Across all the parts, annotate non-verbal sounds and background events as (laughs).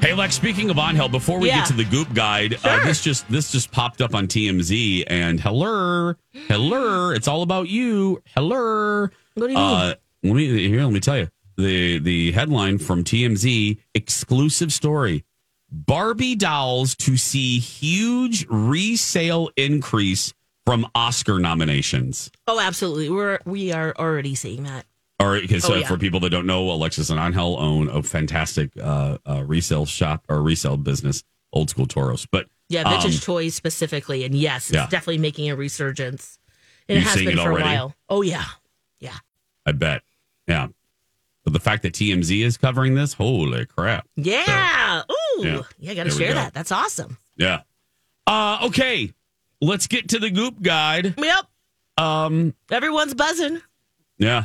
Hey, Lex. Speaking of Angel, before we Yeah. get to the Goop Guide, uh, Sure. this just this just popped up on TMZ, and hello, hello, it's all about you, hello. What do you Uh, let me here. Let me tell you the the headline from TMZ exclusive story: Barbie dolls to see huge resale increase from Oscar nominations. Oh, absolutely. We're we are already seeing that. All right, because Oh, uh, yeah. for people that don't know, Alexis and Angel own a fantastic uh, uh, resale shop or resale business, old school Toros. But Yeah, vintage toys specifically, and yes, it's Um, yeah. definitely making a resurgence. And You it has seeing been it for already? a while. Oh yeah, yeah. I bet, yeah. But the fact that TMZ is covering this, holy crap! Yeah. Ooh. yeah. Yeah, gotta There we share go. that. That's awesome. Yeah. Uh, okay, let's get to the Goop Guide. Yep. Um, Everyone's buzzing. yeah.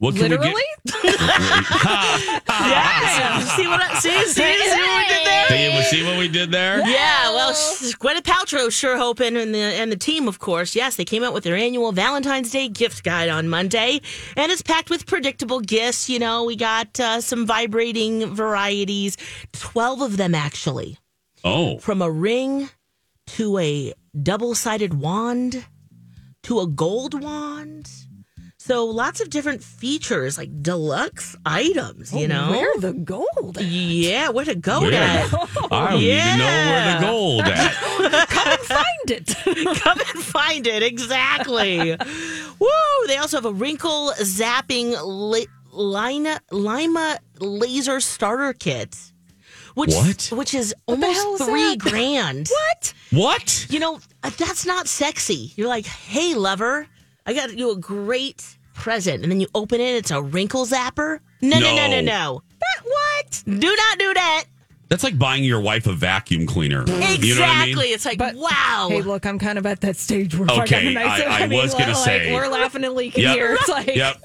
What can Literally? we get? Ah. Yeah. see what I see? See, see what we did there? see, we see what we did there. Yeah, well, s- Gwyneth Paltrow sure hoping, and the and the team, of course. Yes, they came out with their annual Valentine's Day gift guide on Monday, and it's packed with predictable gifts. You know, we got uh, some vibrating varieties, twelve of them actually, Oh, from a ring to a double-sided wand to a gold wand. So lots of different features, like deluxe items. Oh, You know, Where the gold? yeah, where to go? Where? Dad? I don't even know where Yeah. the gold at. Find (laughs) it. Come and find it. Exactly. Woo! They also have a wrinkle zapping li- lina- lima laser starter kit. Which, What? Which is the almost hell is three that? (laughs) grand. what? What? You know, uh, that's not sexy. You're like, hey, lover, I got you a great present. And then you open it, it's a wrinkle zapper. No, no, no, No. no, no. That what? Do not do that. That's like buying your wife a vacuum cleaner. Exactly. You know what I mean? It's like, But- wow. Hey, look, I'm kind of at that stage where if Okay, I, got a nice, I- I was gonna like, say- we're laughing and leaking Yep. here. It's like Yep.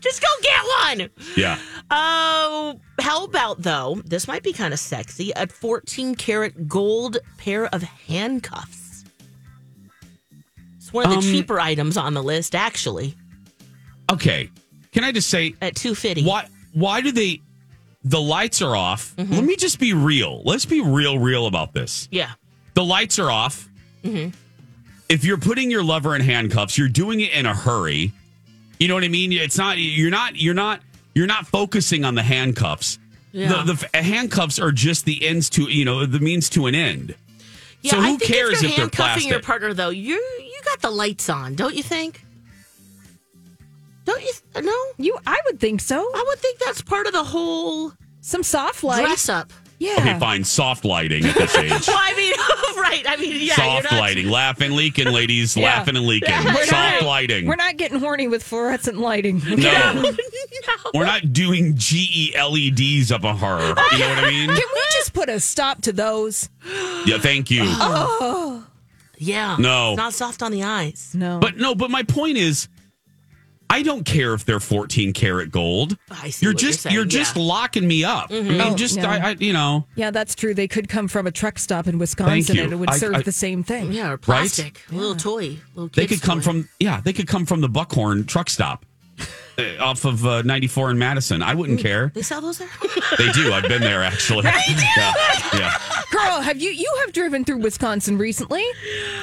Just go get one. Yeah. Oh, how about though? This might be kind of sexy. A 14 karat gold pair of handcuffs. It's one of the Um, cheaper items on the list, actually, Okay. Can I just say at 250. why why do they the lights are off? Mm-hmm. Let me just be real. Let's be real real about this. Yeah. The lights are off. Mm-hmm. If you're putting your lover in handcuffs, you're doing it in a hurry. You know what I mean? It's not you're not you're not you're not focusing on the handcuffs. Yeah. The, the f- handcuffs are just the ends to you know the means to an end. Yeah, so I who think cares if you're if they're handcuffing your plastic? partner though, you you got the lights on, don't you think? Don't you th- no? you. I would think so. I would think that's part of the whole Some soft light. dress up. Yeah. Okay, fine. Soft lighting at this (laughs) age. Well, I mean, (laughs) right. I mean, yeah, you're Soft not (laughs) lighting, laughing, leaking, ladies, Yeah. laughing and leaking. We're Soft not- lighting. We're not getting horny with fluorescent lighting. no, (laughs) no. Oh. we're not doing E GELEDs up a horror. You know what I mean? (laughs) Oh, Can we just put a stop to those? Yeah, thank you. Yeah. No. It's not soft on the eyes. No. But no, but my point is, I don't care if they're 14 karat gold. I see You're what just saying, you're, just yeah. locking me up. I mean, Oh, just yeah. I, I, you know, yeah, that's true. They could come from a truck stop in Wisconsin you. and it would I- serve I- the same thing. Yeah, or plastic, a little toy, little. they kid's could come toy. from yeah, they could come from the Buckhorn truck stop uh, off of uh, 94 in Madison. I Mm. wouldn't care. They sell those there. They do. I've been there actually. Yeah. yeah. Girl, have you you have driven through Wisconsin recently?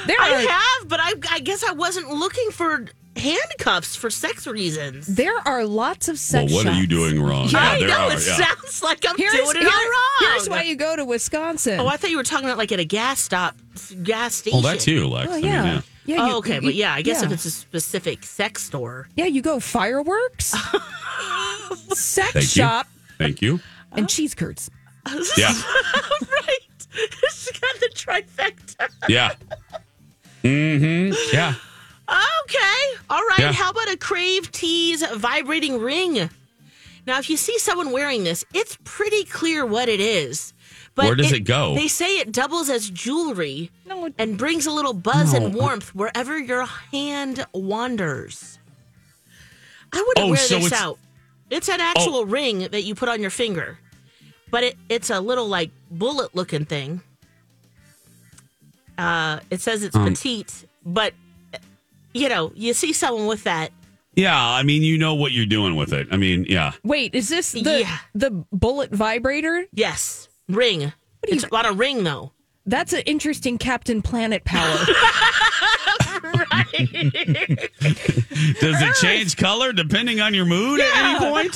There (laughs) I are have, but I, I guess I wasn't looking for handcuffs for sex reasons. there are lots of Well, sex what are you shops. doing wrong? I there know are, it yeah. sounds like I'm Here's, doing it here- all wrong. here's why you go to Wisconsin. oh, I thought you were talking about like at a gas stop, gas station. Well, that too, Lex. Well, I mean, Oh, yeah. yeah. yeah you- Oh, okay, you- but yeah, I guess if yeah. it's a specific sex (laughs) store, Yeah, you (laughs) go fireworks, sex Thank you. shop, Thank you. and cheese curds. Yeah. (laughs) right? (laughs) It's got the trifecta. (laughs) Yeah. hmm Yeah. Okay. All right. Yeah. How about a Crave Tees vibrating ring? Now, if you see someone wearing this, it's pretty clear what it is. But Where does it go? They say it doubles as jewelry No, and brings a little buzz No, and I- warmth wherever your hand wanders. I wouldn't Oh, wear so this it's- Oh. out. It's an actual ring that you put on your finger, but it, it's a little like bullet looking thing. Um. Uh, it says it's petite, but you know, you see someone with that, Yeah, I mean, you know what you're doing with it. I mean, yeah. Wait, is this the Yeah. the bullet vibrator? Yes, ring. It's a lot of ring though. That's an interesting Captain Planet (laughs) power. Does it change color depending on your mood at any point?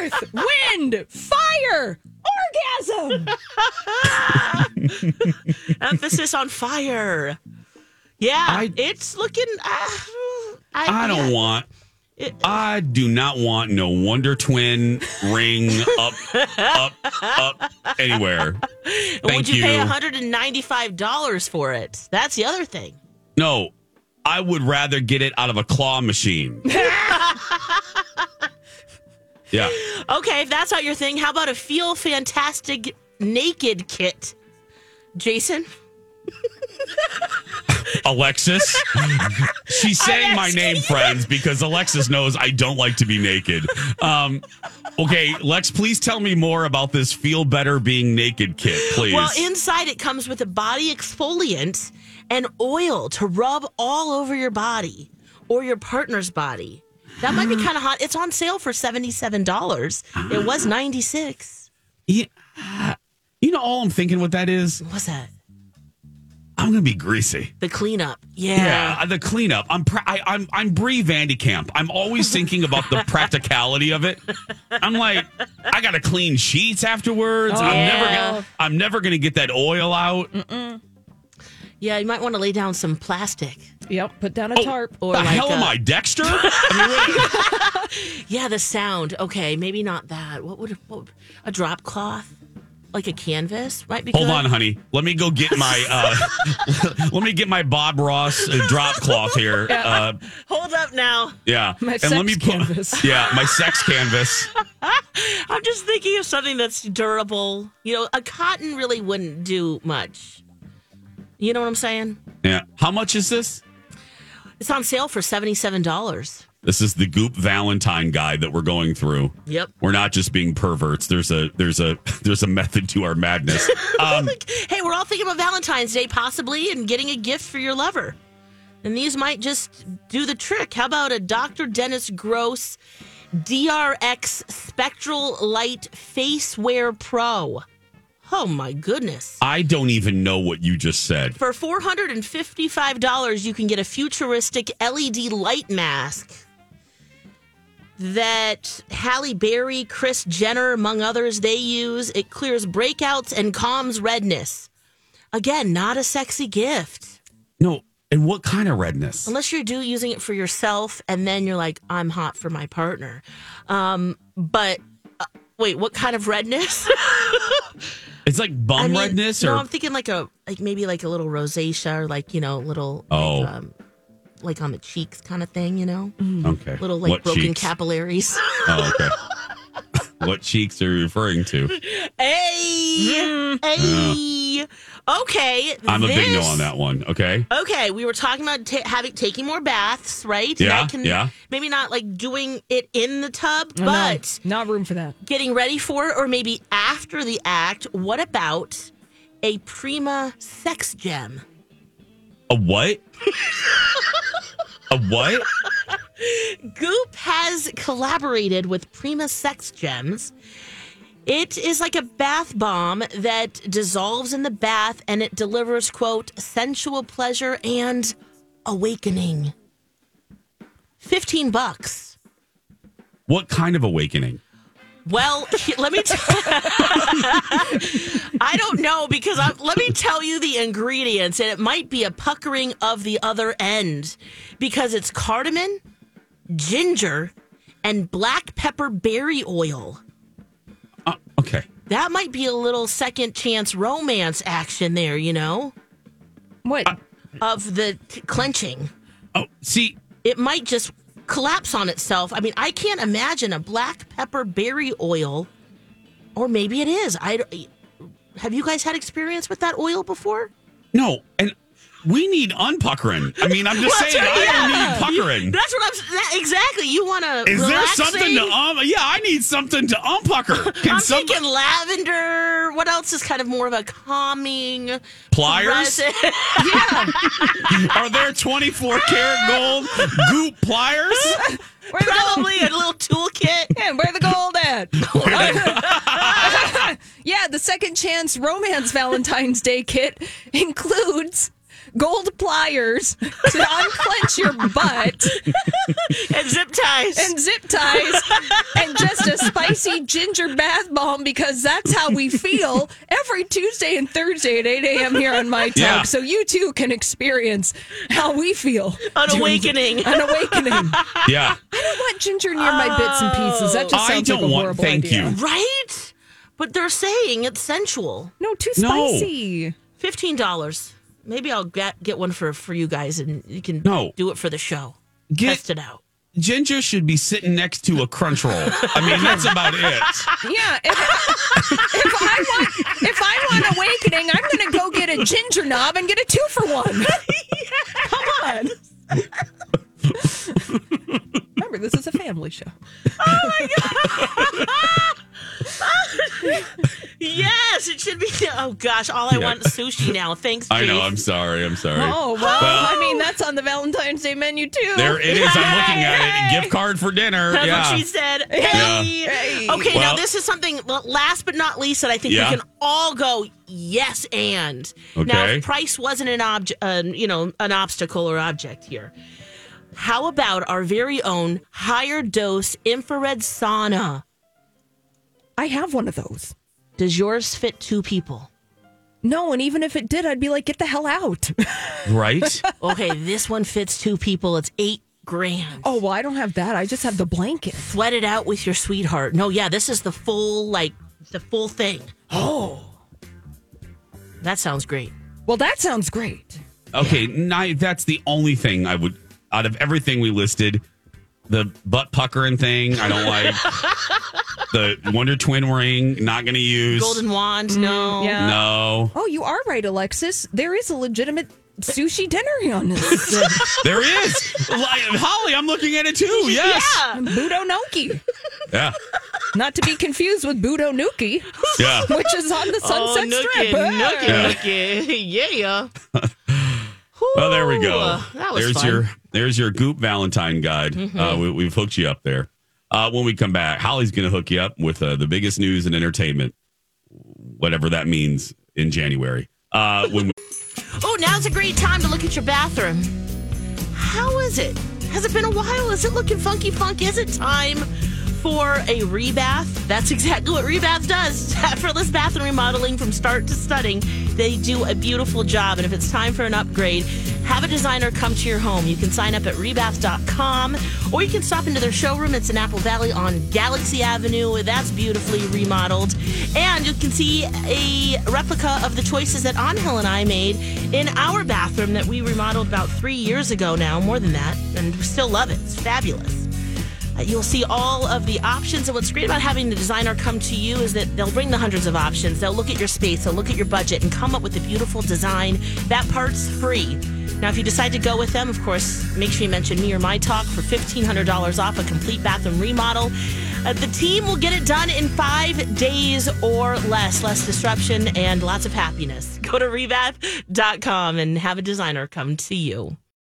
Earth, wind, fire, (laughs) orgasm. Emphasis on fire. Yeah, I- it's looking. Uh, I don't want. I do not want no Wonder Twin ring up, up, up anywhere. Thank Would you, you. pay $195 for it? That's the other thing. No, I would rather get it out of a claw (laughs) machine. yeah. Okay, if that's not your thing, how about a feel fantastic naked kit? Jason? (laughs) Alexis. She's saying my name, friends, because Alexis knows I don't like to be naked. Um, okay, Lex, please tell me more about this feel better being naked kit, please. Well, inside it comes with a body exfoliant and oil to rub all over your body or your partner's body. That (gasps) might be kind of hot. It's on sale for $77. It Ah. was 96. Yeah. you know, all I'm thinking what that is, What's that? I'm going to be greasy. The cleanup. Yeah. Yeah, the cleanup. I'm pr- I, I'm I'm Bree Vandekamp. I'm always thinking about (laughs) the practicality of it. I'm like, I gotta clean sheets afterwards. I'm Oh, never yeah. gonna I'm never gonna get that oil out. Mm, Yeah, you might want to lay down some plastic. Oh, yep, put down a Oh, tarp. or the like hell am a- I, Dexter? (laughs) I mean, what- Yeah, the sound. Okay, maybe not that. What would, what would- a drop cloth, like a canvas, might be. hold good. on, honey. Let me go get (laughs) my uh, (laughs) let me get my Bob Ross uh, drop cloth here. Yeah, uh, Hold up now. yeah. My and sex let me put (laughs) canvas. yeah my sex canvas. I'm just thinking of something that's durable. You know, a cotton really wouldn't do much. You know what I'm saying? Yeah. How much is this? It's on sale for seventy-seven dollars. This is the Goop Valentine guide that we're going through. Yep. We're not just being perverts. There's a there's a (laughs) there's a method to our madness. (laughs) Um, hey, we're all thinking about Valentine's Day possibly and getting a gift for your lover. And these might just do the trick. How about a Dr. Dennis Gross DRX Spectral Light Face Wear Pro? Oh my goodness. I don't even know what you just said. For $455, you can get a futuristic LED light mask that Halle Berry, Chris Jenner, among others, they use. It clears breakouts and calms redness. Again, not a sexy gift. No, and what kind of redness? Unless you're do using it for yourself and then you're like, I'm hot for my partner. Um, but uh, wait, what kind of redness? It's like bum I mean, redness No, or I'm thinking like a like maybe like a little rosacea or like you know little Oh. like, um, like on the cheeks kind of thing. You know, okay. little like What broken cheeks? capillaries. (laughs) Oh, okay. (laughs) what cheeks are you referring to? hey, hey. Okay, Mm. I'm a big no this- on that one. Okay. Okay, we were talking about ta having taking more baths, right? Yeah, I can, yeah. Maybe not like doing it in the tub, No, but not room for that. getting ready for it, or maybe after the act. What about a Prima sex gem? A what? a what? Goop has collaborated with Prima Sex Gems. It is like a bath bomb that dissolves in the bath and it delivers, quote, sensual pleasure and awakening. 15 bucks. What kind of awakening? Well, he- let me. T- (laughs) I don't know because I'm, let me tell you the ingredients, and it might be a puckering of the other end because it's cardamom, ginger, and black pepper berry oil. Uh, okay. That might be a little second chance romance action there, you know, What? Uh, of the t- clenching. Oh, see, It might just collapse on itself. I mean, I can't imagine a black pepper berry oil, or maybe it is. I d- have you guys had experience with that oil before? no, and we need unpuckering. I mean, I'm just Well, that's saying, right, I don't need puckering. That's what I'm. s- That, exactly. You want to? Is there something to um? Yeah, I need something to (laughs) unpucker. Can I'm some thinking lavender. What else is kind of more of a calming? (laughs) pliers? resin? (laughs) Are there 24 karat gold goop pliers? Where the gold? Probably a little toolkit. Yeah, where the gold (laughs) at? yeah, the second chance romance Valentine's Day kit includes gold pliers to unclench your butt and zip ties. and zip ties and just a spicy ginger bath bomb because that's how we feel every Tuesday and Thursday at 8 a.m. here on My Talk. Yeah. So you too can experience how we feel. An awakening. An (laughs) awakening. (laughs) Yeah. I don't want ginger near my bits and pieces. That I just sounds don't like a want- horrible thank idea. you. right? But they're saying it's sensual. No, too No. spicy. Fifteen dollars. Maybe I'll get get one for for you guys, and you can No. do it for the show. Test it out. Ginger should be sitting next to a crunch roll. I mean, that's about it. Yeah. If, if I want, if I want awakening, I'm going to go get a ginger knob and get a two for one. (laughs) Come on. Remember, this is a family show. Yes, it should be. Oh gosh, all I Yeah. want is sushi now. Thanks. (laughs) I know. Jake. I'm sorry. I'm sorry. Oh well, I mean that's on the Valentine's Day menu too. There it is. I'm looking at it. Gift card for dinner. That's yeah. what she said. Yeah. Hey. Hey. Okay, now Well- this is something l- last but not least that I think Yeah. we can all go yes and. Now, Okay. if price wasn't an object, uh, you know, an obstacle or object here. How about our very own higher dose infrared sauna? I have one of those. Does yours fit two people? No, and even if it did, I'd be like, get the hell out. (laughs) Right? Okay, this one fits two people. It's eight grand. oh well, I don't have that. I just have the blanket. Sweat it out with your sweetheart. No, yeah, this is the full like the full thing. Oh, that sounds great. Well, that sounds great. Okay. Ni- that's the only thing I would, out of everything we listed, the butt puckering thing, I don't (laughs) like. the Wonder Twin ring, not going to use. Golden wand, no. Mm, yeah. No. Oh, you are right, Alexis. There is a legitimate sushi dinner on this. (laughs) There is. Like, Holly, I'm looking at it too. Yes. (laughs) Yeah. Budo Noki. Yeah. Not to be confused with Budo Nuki, Yeah. which is on the Oh, Sunset Strip. Yeah. yeah. (laughs) (laughs) yeah. Well, Oh, there we Ooh, go. uh, that was there's fun. Mm-hmm. your there's your Goop Valentine guide. Uh, we, we've hooked you up there. Uh, when we come back, Holly's going to hook you up with uh, the biggest news and entertainment, whatever that means in January. Uh, when we, (laughs) Oh, now's a great time to look at your bathroom. How is it? Has it been a while? Is it looking funky funk? Is it time for a rebath? That's exactly what Rebath does. (laughs) Effortless bathroom remodeling from start to studding. They do a beautiful job. And if it's time for an upgrade, have a designer come to your home. You can sign up at rebath.com or you can stop into their showroom. It's in Apple Valley on Galaxy Avenue. That's beautifully remodeled. And you can see a replica of the choices that Angel and I made in our bathroom that we remodeled about three years ago now, more than that, and we still love it. It's fabulous. Uh, You'll see all of the options. And what's great about having the designer come to you is that they'll bring the hundreds of options. They'll look at your space, they'll look at your budget, and come up with a beautiful design. That part's free. Now, if you decide to go with them, of course, make sure you mention me or my talk for $1,500 off a complete bathroom remodel. Uh, the team will get it done in five days or less. Less disruption and lots of happiness. (laughs) Go to rebath.com and have a designer come to you.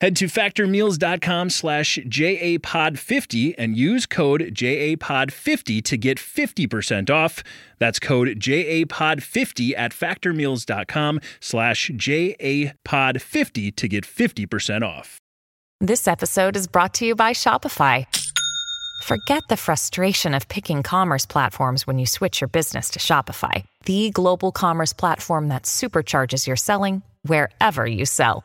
Head to factormeals.com slash JAPOD50 and use code JAPOD50 to get 50% off. That's code JAPOD50 at factormeals.com slash JAPOD50 to get 50% off. This episode is brought to you by Shopify. Forget the frustration of picking commerce platforms when you switch your business to Shopify, the global commerce platform that supercharges your selling wherever you sell.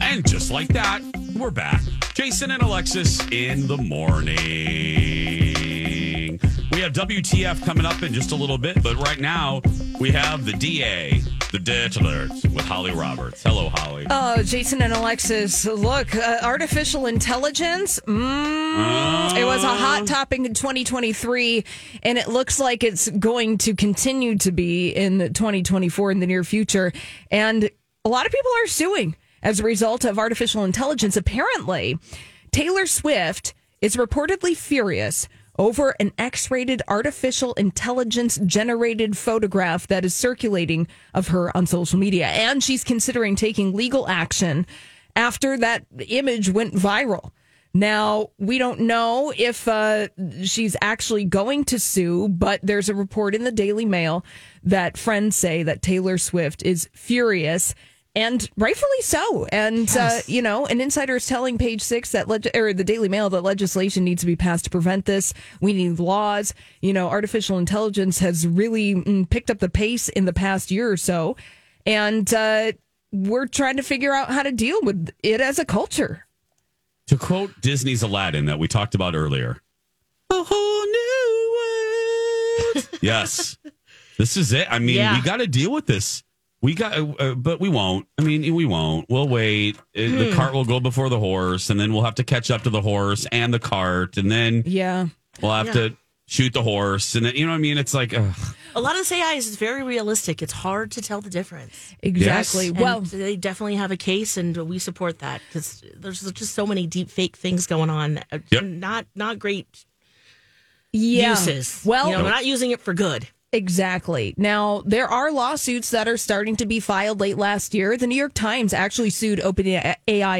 And just like that, we're back. Jason and Alexis in the morning. We have WTF coming up in just a little bit, but right now we have the DA, the Dirt Alert with Holly Roberts. Hello, Holly. Oh, Jason and Alexis, look, uh, artificial intelligence. Mm, It was a hot topic in 2023, and it looks like it's going to continue to be in 2024 in the near future. And a lot of people are suing as a result of artificial intelligence. Apparently, Taylor Swift is reportedly furious over an X rated artificial intelligence generated photograph that is circulating of her on social media. And she's considering taking legal action after that image went viral. Now, we don't know if uh, she's actually going to sue, but there's a report in the Daily Mail that friends say that Taylor Swift is furious and rightfully so. And uh, you know, an insider is telling Page Six that leg- or the Daily Mail that legislation needs to be passed to prevent this. We need laws. You know, artificial intelligence has really mm, picked up the pace in the past year or so, and uh, we're trying to figure out how to deal with it as a culture. To quote Disney's Aladdin that we talked about earlier, a whole new world. (laughs) yes, this is it. I mean, Yeah. we got to deal with this. We got, uh, but we won't. I mean, we won't. We'll wait. Uh, The cart will go before the horse, and then we'll have to catch up to the horse and the cart, and then Yeah. we'll have to shoot the horse. And then, you know what I mean? It's like, ugh. A lot of this AI is very realistic. It's hard to tell the difference. Exactly. Yes. And Well, they definitely have a case, and we support that because there's just so many deep fake things going on. that are Yep. Not not great yeah. uses. Well, you know, we're not using it for good. Exactly. Now, there are lawsuits that are starting to be filed late last year. The New York Times actually sued OpenAI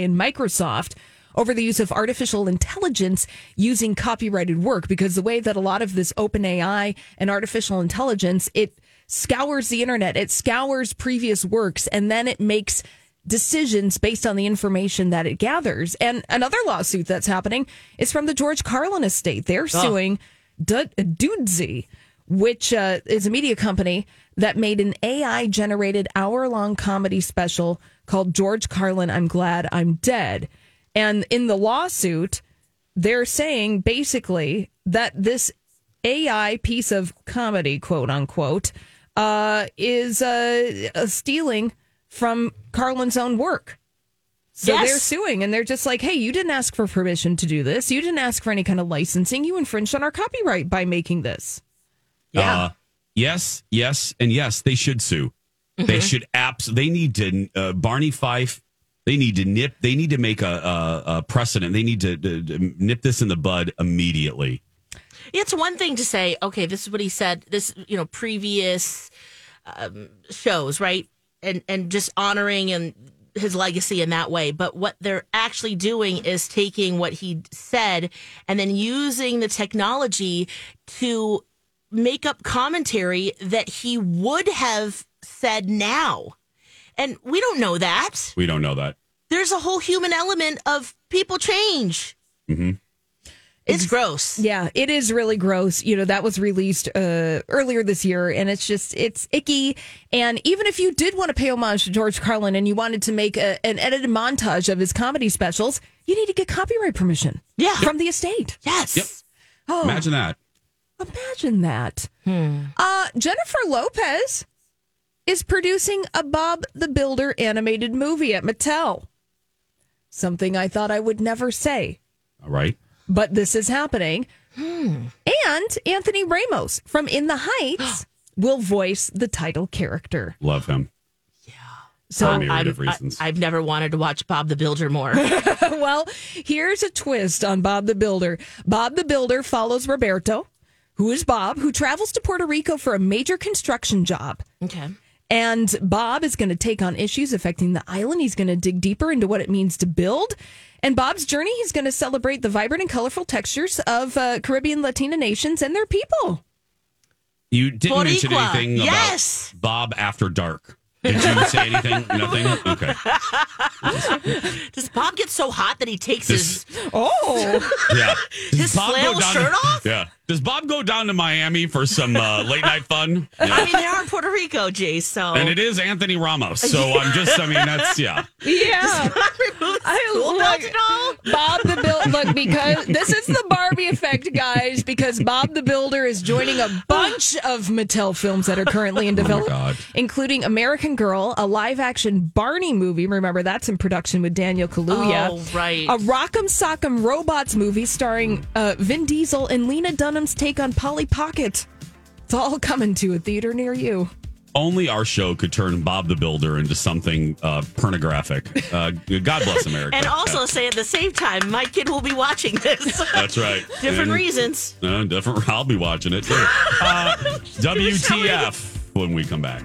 and Microsoft over the use of artificial intelligence using copyrighted work because the way that a lot of this OpenAI and artificial intelligence, it scours the internet, it scours previous works, and then it makes decisions based on the information that it gathers. And another lawsuit that's happening is from the George Carlin estate. They're suing Du- Dudesy, which uh, is a media company that made an AI generated hour long comedy special called George Carlin, I'm Glad I'm Dead. And in the lawsuit, they're saying basically that this AI piece of comedy, quote unquote, uh, is uh, uh, stealing from Carlin's own work. So Yes. they're suing and they're just like, hey, you didn't ask for permission to do this. You didn't ask for any kind of licensing. You infringed on our copyright by making this. Yeah. Uh, yes, yes, and yes, they should sue. Mm-hmm. They should abs. They need to uh, Barney Fife. They need to nip. They need to make a, a, a precedent. They need to, to- to nip this in the bud immediately. It's one thing to say, okay, this is what he said. This, you know, previous um, shows, right? And and just honoring and his legacy in that way. But what they're actually doing is taking what he said and then using the technology to make up commentary that he would have said now. And we don't know that We don't know that. there's a whole human element of people change. Mm-hmm. It's gross. Yeah, it is really gross. You know, that was released uh, earlier this year, and it's just it's icky. And even if you did want to pay homage to George Carlin and you wanted to make a, an edited montage of his comedy specials, you need to get copyright permission. Yeah. from the estate. Yes. Yep. Oh, Imagine that. imagine that. Uh, Jennifer Lopez is producing a Bob the Builder animated movie at Mattel. Something I thought I would never say All right. but this is happening. And Anthony Ramos from In the Heights will voice the title character. Love him. So, For myriad of I'm- reasons. I, have never wanted to watch Bob the Builder more. (laughs) well, here's a twist on Bob the Builder. Bob the Builder follows Roberto, who is Bob, who travels to Puerto Rico for a major construction job. okay. And Bob is going to take on issues affecting the island. He's going to dig deeper into what it means to build. And Bob's Journey is going to celebrate the vibrant and colorful textures of uh, Caribbean Latina nations and their people. You didn't mention Boricua, anything yes. about Bob after dark. Did you say (laughs) anything? Nothing? Okay. Does Bob get so hot that he takes This- his? (laughs) Oh, Yeah. Does His flannel down shirt to, off? Yeah. Does Bob go down to Miami for some uh, late night (laughs) fun? Yeah. I mean, they are in Puerto Rico, Jay. So And it is Anthony Ramos. So I'm just, I mean, that's, yeah. yeah. I Cool love- belt and all? Bob the Builder. Look, because this is the Barbie effect, guys, because Bob the Builder is joining a bunch of Mattel films that are currently Oh in development, God. including American Girl, a live action Barney movie. Remember, that's in production with Daniel Kaluuya. Oh, right. A Rock'em Sock'em Robots movie starring uh, Vin Diesel and Lena Dunham's take on Polly Pocket. It's all coming to a theater near you. Only our show could turn Bob the Builder into something uh, pornographic. Uh, God bless America. and also say at the same time, my kid will be watching this. (laughs) That's right. Different And- reasons. No, different. I'll be watching it too. Uh, WTF when we come back.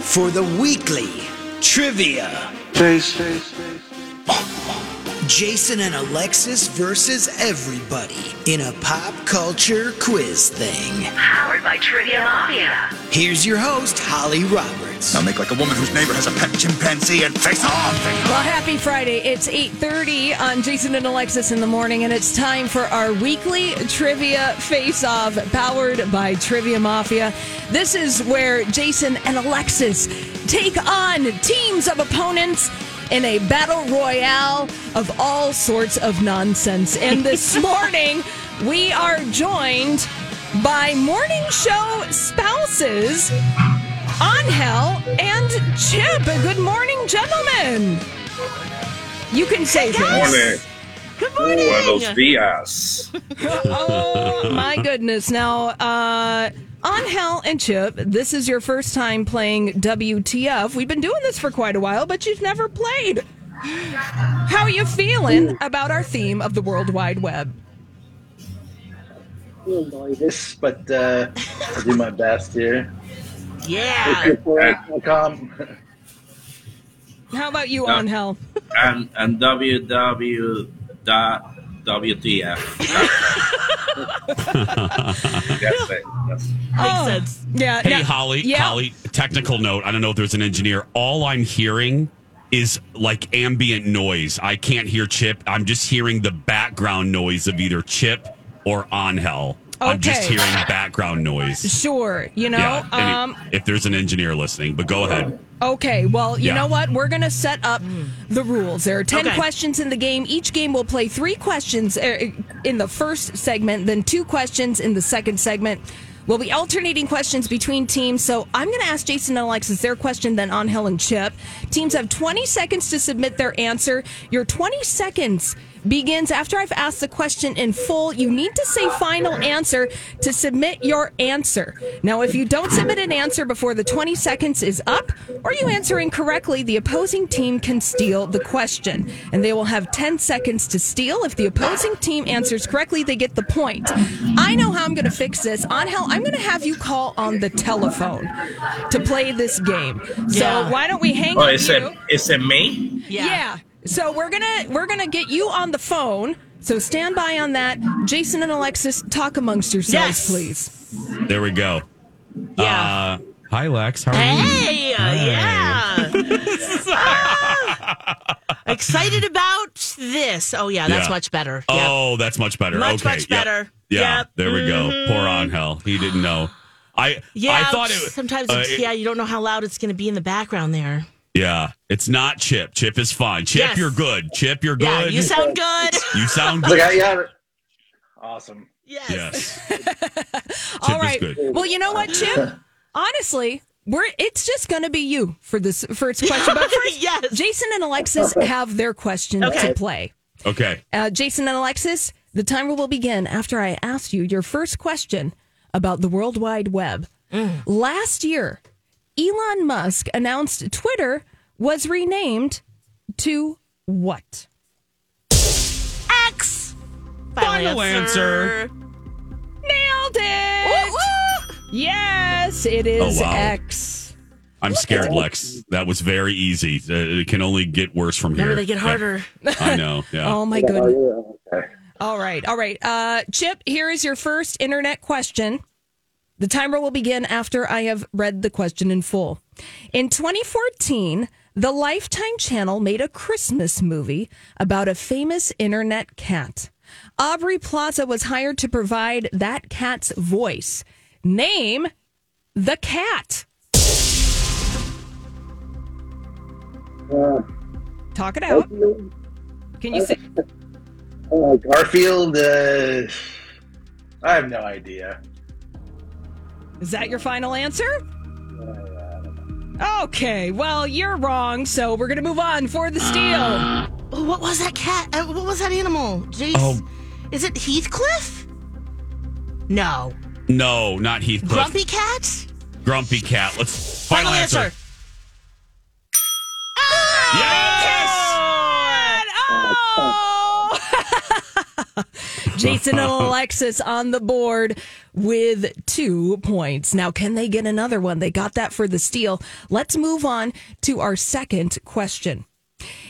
for the weekly trivia. Jason and Alexis versus everybody in a pop culture quiz thing. Powered by Trivia Mafia. Here's your host, Holly Roberts. Now make like a woman whose neighbor has a pet chimpanzee and face off. Well, happy Friday. It's 8.30 on Jason and Alexis in the morning, and it's time for our weekly trivia face-off powered by Trivia Mafia. This is where Jason and Alexis take on teams of opponents in a battle royale of all sorts of nonsense. And this morning, we are joined by morning show spouses Angel and Chip. Good morning, gentlemen. You can say this. Good morning. dias. (laughs) Oh my goodness! Now, uh, Angel and Chip, this is your first time playing WTF. We've been doing this for quite a while, but you've never played. How are you feeling about our theme of the World Wide Web? This, but uh, I'll do my best here. (laughs) Yeah. How about you, Uh, (laughs) Angel? And and (laughs) www.wtf. That's it. That's Makes Oh, sense. Yeah. Hey, yeah. Holly. Yeah. Holly, technical note. I don't know if there's an engineer. All I'm hearing is like ambient noise. I can't hear Chip. I'm just hearing the background noise of either Chip or Angel. I'm just Okay. hearing background noise. Sure. You know. yeah. any- um, if there's an engineer listening, but go ahead. Okay, well, you Yeah. know what? We're going to set up the rules. There are 10 Okay. questions in the game. Each game will play three questions er, in the first segment, then two questions in the second segment. We'll be alternating questions between teams. So I'm going to ask Jason and Alexis their question, then on Helen Chip. Teams have 20 seconds to submit their answer. Your 20 seconds begins after I've asked the question in full. You need to say final answer to submit your answer. Now, if you don't submit an answer before the 20 seconds is up or you answer incorrectly, the opposing team can steal the question. And they will have 10 seconds to steal. If the opposing team answers correctly, they get the point. I know how I'm going to fix this. Angel, I'm going to have you call on the telephone to play this game. So Yeah. why don't we hang Oh, up? is you? it is it me? Yeah. Yeah. So we're gonna we're gonna get you on the phone. So stand by on that. Jason and Alexis, talk amongst yourselves, Yes. please. There we go. Yeah. (laughs) Uh, hi, Lex. How are you? Hey. Hi. Yeah. Ah! Excited about this. Oh, yeah, that's Yeah. much better. Yep. Oh, that's much better. Much, okay. much yep. better. Yeah. Yep. There we go. Poor on hell. He didn't know. I Yeah, I thought it was sometimes it's, yeah, you don't know how loud it's going to be in the background there. Yeah. It's not Chip. Chip is fine. Chip, Yes. you're good. Chip, you're Yeah, good. you (laughs) sound good. You (laughs) sound Look, good. I, yeah. Awesome. Yes. All is right. good. Well, you know what, Chip? Honestly, we're it's just going to be you for this first (laughs) question. But first, yes. Jason and Alexis have their question Okay. to play. Okay. Uh, Jason and Alexis, the timer will begin after I ask you your first question about the World Wide Web. Last year, Elon Musk announced Twitter was renamed to what? X. Final answer. Nailed it! Yes, it is Oh, wow. X. I'm scared, Lex. That was very easy. Uh, it can only get worse from here. Remember, they get harder. Yeah. I (laughs) know. Yeah. Oh my goodness. All right, all right. Uh, Chip, here is your first internet question. The timer will begin after I have read the question in full. In 2014, the Lifetime Channel made a Christmas movie about a famous internet cat. Aubrey Plaza was hired to provide that cat's voice. Name the cat. Uh, Talk it out. Garfield, Can you say? uh, Garfield uh, I have no idea. Is that your final answer? Okay, well, you're wrong, so we're going to move on for the steal. Oh, what was that cat? Uh, what was that animal? Jeez. Oh. Is it Heathcliff? No. No, not Heathcliff. Grumpy, Grumpy cat? cat. Let's Final final, answer. answer. Yes. Oh! (laughs) Jason and Alexis on the board with two points. Now, can they get another one? They got that for the steal. Let's move on to our second question.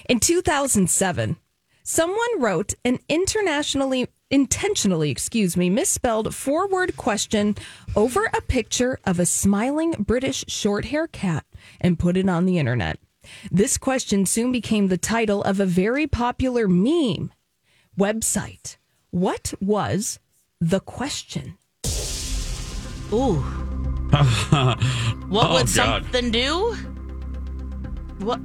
In 2007, someone wrote an internationally intentionally, excuse me, misspelled four-word question over a picture of a smiling British short-haired cat and put it on the internet. This question soon became the title of a very popular meme website. What was the question? (laughs) Ooh. What Oh, would God. something do? What?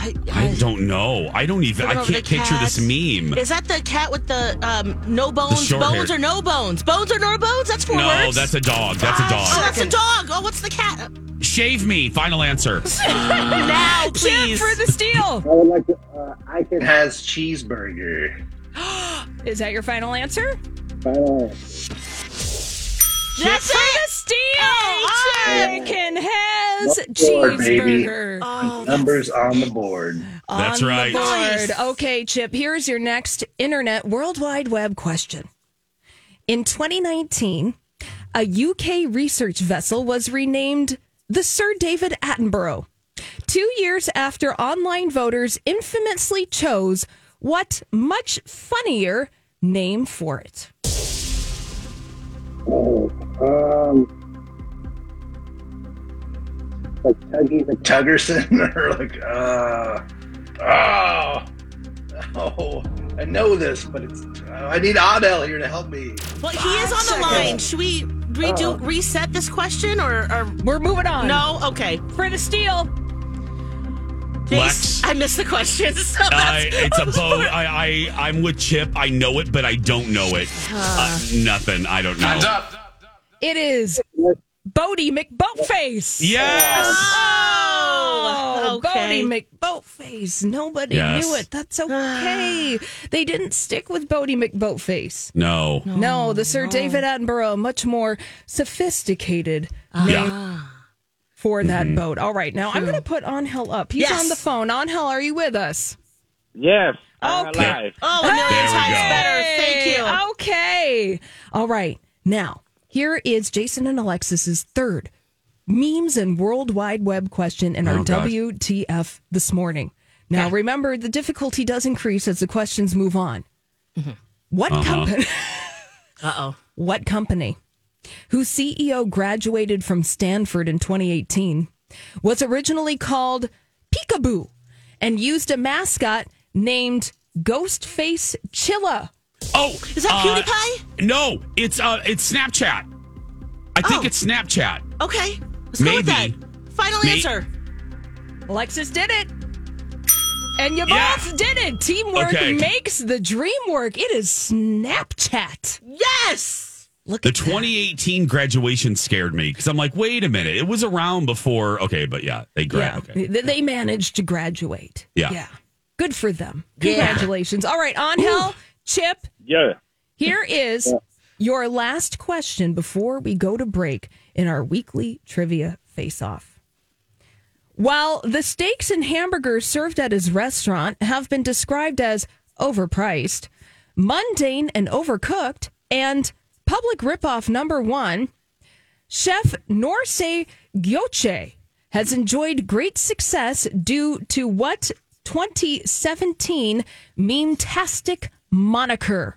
I, I don't know. I don't even. I What about can't the picture this cat? meme. Is that the cat with the um, no bones, short bones hair. or no bones? Bones or no bones? That's four no, words. that's a dog. That's a Oh, dog. that's a dog. Oh, what's the cat? Shave me. Final answer. now, Chip please. for the steal. I would like to. Uh, I can has cheeseburger. Is that your final answer? Final That's for the steal. Hey, Anakin has Sure, baby. cheeseburger. Oh, Numbers on the board. That's on right. The board. Okay, Chip, here's your next internet World Wide Web question. In 2019, a UK research vessel was renamed the Sir David Attenborough, two years after online voters infamously chose what much funnier name for it. Oh, um, like Tuggy McTuggerson (laughs) or like uh, oh, oh, I know this, but it's uh, I need Adele here to help me. well, he is on the line. Should we redo reset this question or, or We're moving on. no? Okay, For the steal. Lex. Oh! I missed the question. (laughs) So I, that's- it's a boat. I, I, I'm with Chip. I know it, but I don't know it. Uh, nothing. I don't know. It is Bodie McBoatface. Yes. Oh, Oh, okay. (laughs) Bodie McBoatface. Nobody Yes. knew it. That's (sighs) okay. they didn't stick with Bodie McBoatface. No. Oh, No, the Sir David Attenborough, much more sophisticated Yeah. for that boat. All right, now I'm going to put Angel up. He's Yes. on the phone. Angel, are you with us? Yes, I'm Okay. alive. Oh, a million There we times go. better. Thank you. Hey, Okay. All right. Now, here is Jason and Alexis's third memes and World Wide Web question in our Oh, God. WTF this morning. Now, remember, the difficulty does increase as the questions move on. Mm-hmm. What Uh-huh. company? Uh oh. (laughs) What company, whose CEO graduated from Stanford in 2018, was originally called Peekaboo and used a mascot named Ghostface Chilla. Oh, Is that PewDiePie? No, it's uh, it's Snapchat. I think it's Snapchat. Okay. Let's Maybe. go with that. Final May- answer. Alexis did it. And you Yeah. both did it. Teamwork Okay. makes the dream work. It is Snapchat. Yes. Look the 2018 graduation scared me because I'm like, wait a minute, it was around before. Okay, but yeah, they grad. yeah. Okay. They- They managed to graduate. Yeah. Yeah. Good for them. Yeah. Congratulations. All right, Angel, Chip, Yeah. here is your last question before we go to break in our weekly trivia face off. While the steaks and hamburgers served at his restaurant have been described as overpriced, mundane and overcooked, and public ripoff number one, Chef Norse Gyoche has enjoyed great success due to what 2017 meme-tastic moniker?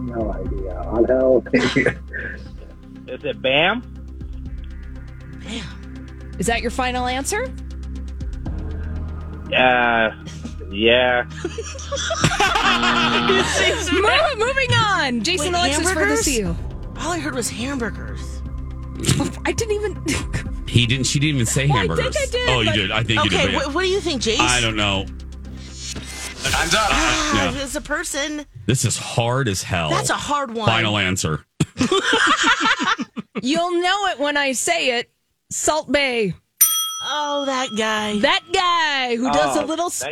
No idea. On hell. Is it Bam? Is that your final answer? Uh, yeah. (laughs) Mo- moving on. Jason Wait, Alexis for E hamburgers? this you. All I heard was hamburgers. I didn't even. (laughs) He didn't. She didn't even say Well, I hamburgers. think I did, oh, you but- did. I think you Okay, did. but yeah. wh- what do you think, Jace? I don't know. Time's up. Ah, As a person, This is hard as hell. That's a hard one. Oh. Final answer. You'll know it when I say it. Salt Bay. Oh, that guy. That guy who does Oh, the little that guy.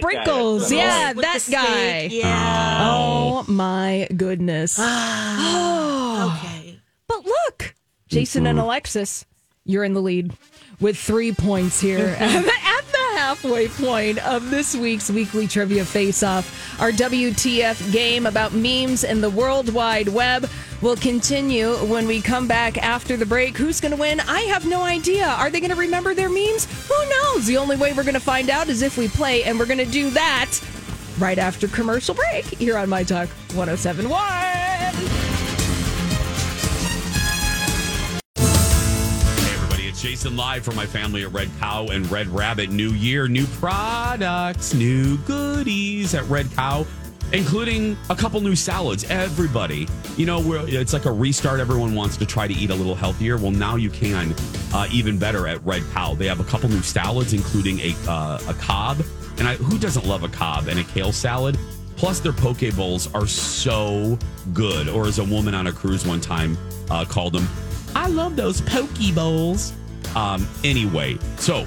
That's sprinkles. the yeah, one. With that the guy. steak, yeah. Oh. my goodness. oh. Okay. But look, Jason and Alexis, you're in the lead with three points here at the halfway point of this week's weekly trivia face off. Our WTF game about memes and the World Wide Web will continue when we come back after the break. Who's going to win? I have no idea. Are they going to remember their memes? Who knows? The only way we're going to find out is if we play, and we're going to do that right after commercial break here on My Talk 1071. Hey, everybody, it's Jason live for my family at Red Cow and Red Rabbit. New year, new products, new goodies at Red Cow, including a couple new salads. Everybody, you know, we're, it's like a restart. Everyone wants to try to eat a little healthier. Well, now you can uh, even better at Red Cow. They have a couple new salads, including a uh, a cob, and I, who doesn't love a cob and a kale salad? Plus, their poke bowls are so good. Or as a woman on a cruise one time uh, called them, I love those pokey bowls. Um, anyway, so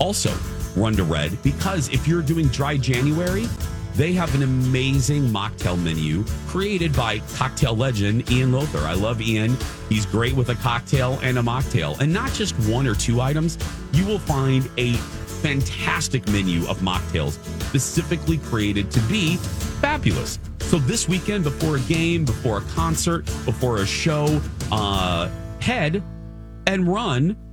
also run to red because if you're doing dry January, they have an amazing mocktail menu created by cocktail legend Ian Lothar. I love Ian. He's great with a cocktail and a mocktail, and not just one or two items. You will find a fantastic menu of mocktails specifically created to be fabulous. So this weekend, before a game, before a concert, before a show, uh, head and run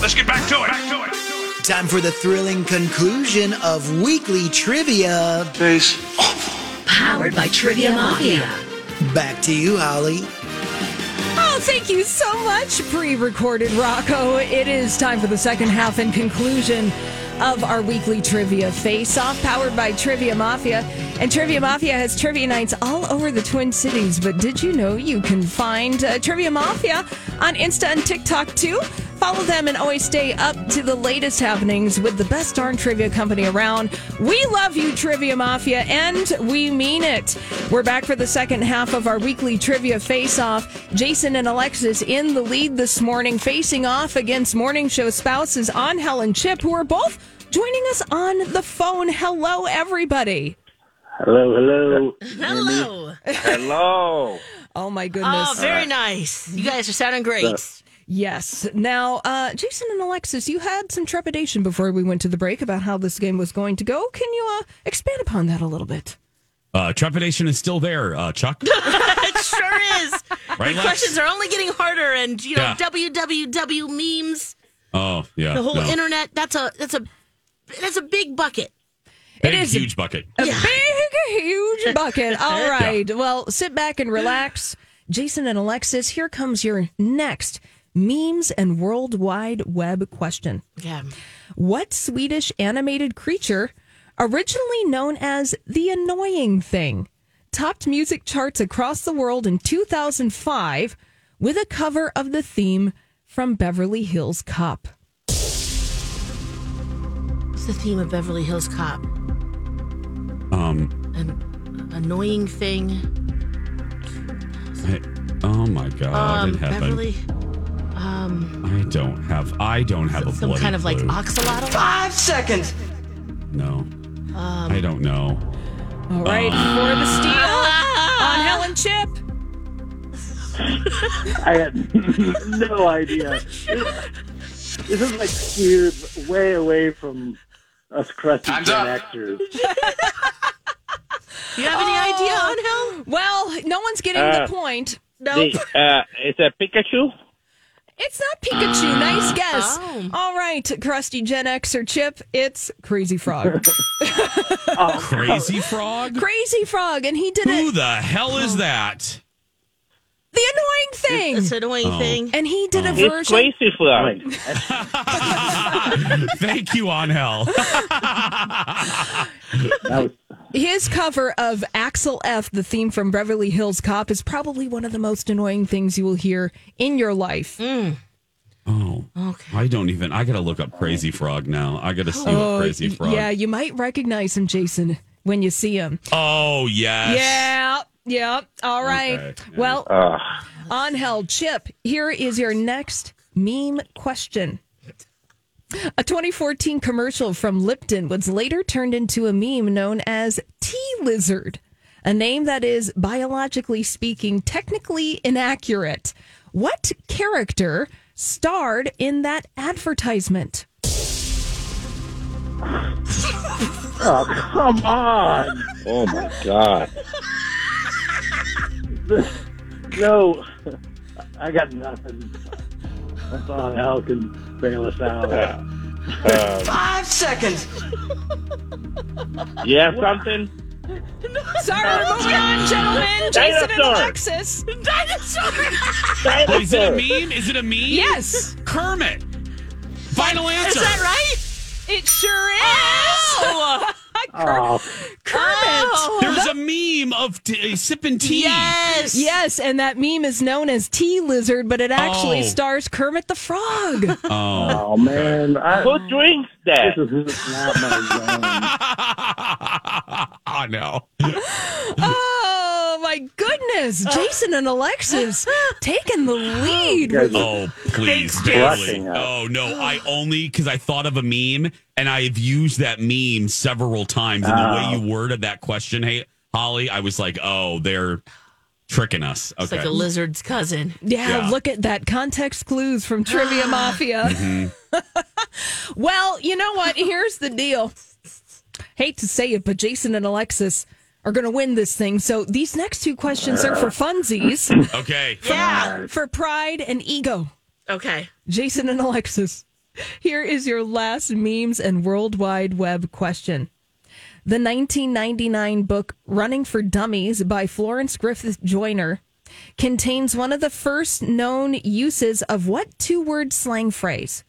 Let's get back to it. Time for the thrilling conclusion of weekly trivia. Peace. Powered by Trivia Mafia. Back to you, Holly. Oh, thank you so much, pre recorded Rocco. It is time for the second half and conclusion of our weekly trivia face off, powered by Trivia Mafia. And Trivia Mafia has trivia nights all over the Twin Cities. But did you know you can find uh, Trivia Mafia on Insta and TikTok too. Follow them and always stay up to the latest happenings with the best darn trivia company around. We love you, Trivia Mafia, and we mean it. We're back for the second half of our weekly trivia face off. Jason and Alexis in the lead this morning, facing off against morning show spouses on Helen Chip, who are both joining us on the phone. Hello, everybody. Hello, hello. Hello. Hello. Oh, my goodness. Oh, very nice. You guys are sounding great. Yes. Now, uh, Jason and Alexis, you had some trepidation before we went to the break about how this game was going to go. Can you uh, expand upon that a little bit? Uh, trepidation is still there, uh, (laughs) Chuck. (laughs) it sure is. Right, Lex? the questions are only getting harder, and you know, Yeah. www memes, Oh yeah, the whole no. internet. That's a that's a that's a big bucket. Big, is a- huge bucket. A big, (laughs) huge bucket. All right. Well, sit back and relax. Jason and Alexis, here comes your next memes and World Wide Web question. Yeah. What Swedish animated creature, originally known as the Annoying Thing, topped music charts across the world in 2005 with a cover of the theme from Beverly Hills Cop? It's the theme of Beverly Hills Cop. Um, An annoying thing. I- oh my god, um, it happened. Beverly. Um, I don't have. I don't have a some bloody kind of like clue. oxalotl. Five seconds. No, Um, I don't know. All right, Ah. for the steal on Helen Chip. I had (laughs) no idea. This is like we're way away from us crusty Gen actors. Do you have any idea on Helen? Well, no one's getting Ah. Uh, the point. The, uh, it's a Pikachu. It's not Pikachu. Nice Ah. guess. Oh. All right, crusty Gen X or Chip, it's (laughs) Crazy Frog. (laughs) Crazy frog. Crazy Frog, and he did Who it. the hell is that? The annoying thing. (laughs) It's an annoying Oh. thing. And he did a It's version. crazy frog. Thank you, on (laughs) hell. His cover of Axel F, the theme from Beverly Hills Cop, is probably one of the most annoying things you will hear in your life. Mm. Oh, okay. I don't even. I gotta look up Crazy Frog now. I gotta see Oh, what Crazy y- Frog. Yeah, you might recognize him, Jason, when you see him. Oh yes. Yeah, yeah. All right. Well, on hell, Chip, here is your next meme question. A 2014 commercial from Lipton was later turned into a meme known as Tea Lizard, a name that is, biologically speaking, technically inaccurate. What character starred in that advertisement? Oh, come on. Oh my god. No, I got nothing. That's all hell can bail us out. Five seconds. Yeah, something. Sorry, we're moving on, gentlemen. Jason and Dinosaur. Alexis. Dinosaur. Oh, is it a meme? Is it a meme? yes. Kermit. Final answer. Is that right? It sure is. (laughs) Oh. (laughs) Kermit. There's a meme of t- sipping tea. Yes. Yes, and that meme is known as Tea Lizard, but it actually Oh. stars Kermit the Frog. (laughs) Oh. Oh, man. I, Who drinks that? this is not my (laughs) oh no. oh Oh. my goodness. Jason (laughs) and Alexis taking the lead. with- Oh please, crushing Bailey. us. Oh no, I only because I thought of a meme and I've used that meme several times. And the way you worded that question, hey Holly, I was like, oh, they're tricking us. Okay. It's like a lizard's cousin. Yeah, Yeah. look at that context clues from (sighs) Trivia Mafia. (laughs) well, you know what? Here's the deal. Hate to say it, but Jason and Alexis are going to win this thing. So these next two questions are for (laughs) funsies, okay. Yeah. for pride and ego. Okay. Jason and Alexis, here is your last memes and World Wide Web question. The 1999 book Running for Dummies by Florence Griffith Joyner contains one of the first known uses of what two word slang phrase?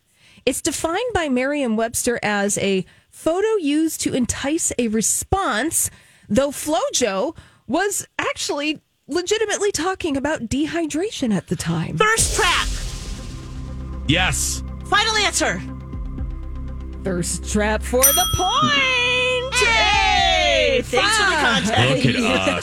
It's defined by Merriam Webster as a photo used to entice a response, though Flojo was actually legitimately talking about dehydration at the time. Thirst trap. Yes. Final answer. Thirst trap for the point. Hey! Thanks for the contest. Look at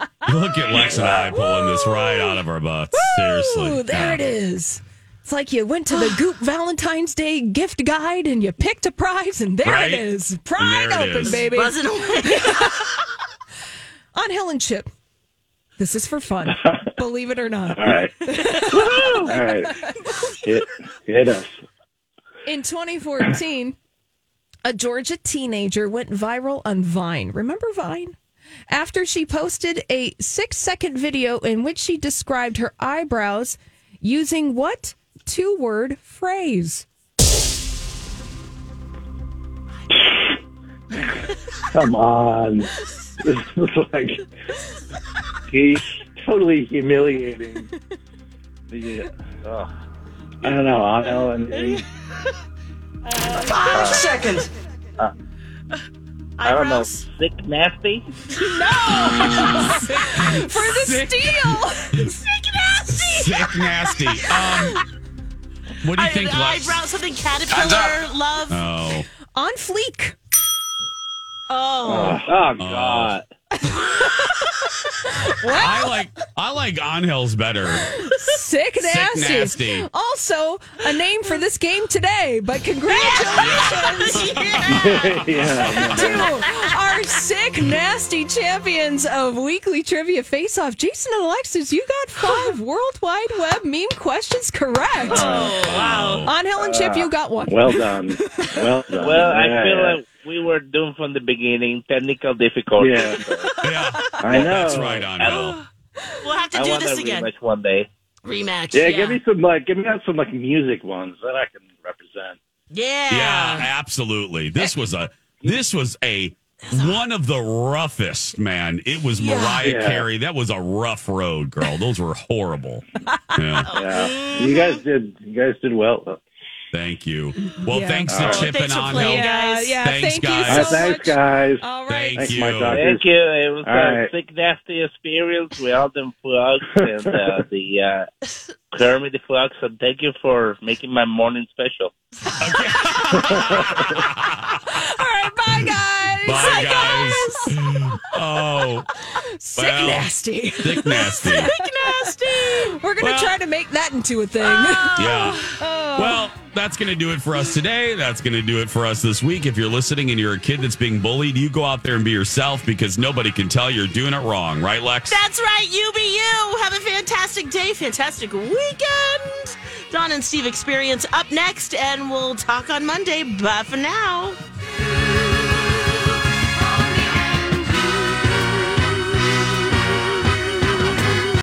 (laughs) us. Look at Lex and I pulling this right out of our butts. Seriously. Ooh, there it is. It's like you went (sighs) to the Goop Valentine's Day gift guide and you picked a prize, and there Right? it is. And Pried there it open, is. baby. Buzzing away. (laughs) On Helen Chip. This is (laughs) for fun. Believe it or not. All (laughs) right. All right. Hit, hit us. In 2014, a Georgia teenager went viral on Vine. Remember Vine? After she posted a six second video in which she described her eyebrows using what two word phrase? Come on. This is like he's totally humiliating. The, uh, I don't know. I don't know. Five seconds. I don't know. Sick nasty? For the Sick. steal! (laughs) Sick nasty. Um, what do you I- think, Lex? Eyebrow, something caterpillar, love. Oh. On fleek. Oh. Oh, God. I like I like Angel's better. Sick nasty. nasty. Also, a name for this game today, but congratulations (laughs) to our sick nasty champions of weekly trivia face off. Jason and Alexis, you got five World Wide Web meme questions correct. Oh, wow. On Helen Chip, you got one. Well done. Well done. Well, I feel Yeah. like we were doomed from the beginning. Technical difficulties. Yeah. Yeah. I know. That's right, Angel. We'll have to I do want this a again. rematch one day. Rematch. Yeah, Yeah. give me some like, give me out some like music ones that I can represent. Yeah. Yeah, absolutely. This was a this was a one of the roughest, man. It was Yeah. Mariah Yeah. Carey. That was a rough road, girl. Those were (laughs) horrible. Yeah. Yeah, you guys did. You guys did well. Thank you. Well, Yeah. thanks All to right. Chip Thanks and for Angel. playing, guys. Yeah, Thanks, thank guys. All you right, so thanks, much. guys. All right. Thank Thanks, you. my dog. Thank you. It was All a right. sick, nasty experience. We all them frogs and uh, the uh, Kermit the Frog. So thank you for making my morning special. All right, bye, guys. Bye, (laughs) guys. Oh, Sick Well. nasty. thick nasty. Sick nasty. We're going to Well. try to make that into a thing. Yeah. Oh. Well, that's going to do it for us today. That's going to do it for us this week. If you're listening and you're a kid that's being bullied, you go out there and be yourself because nobody can tell you're doing it wrong, right, Lex? That's right, you be you. Have a fantastic day, fantastic weekend. Don and Steve experience up next, and we'll talk on Monday. Bye for now.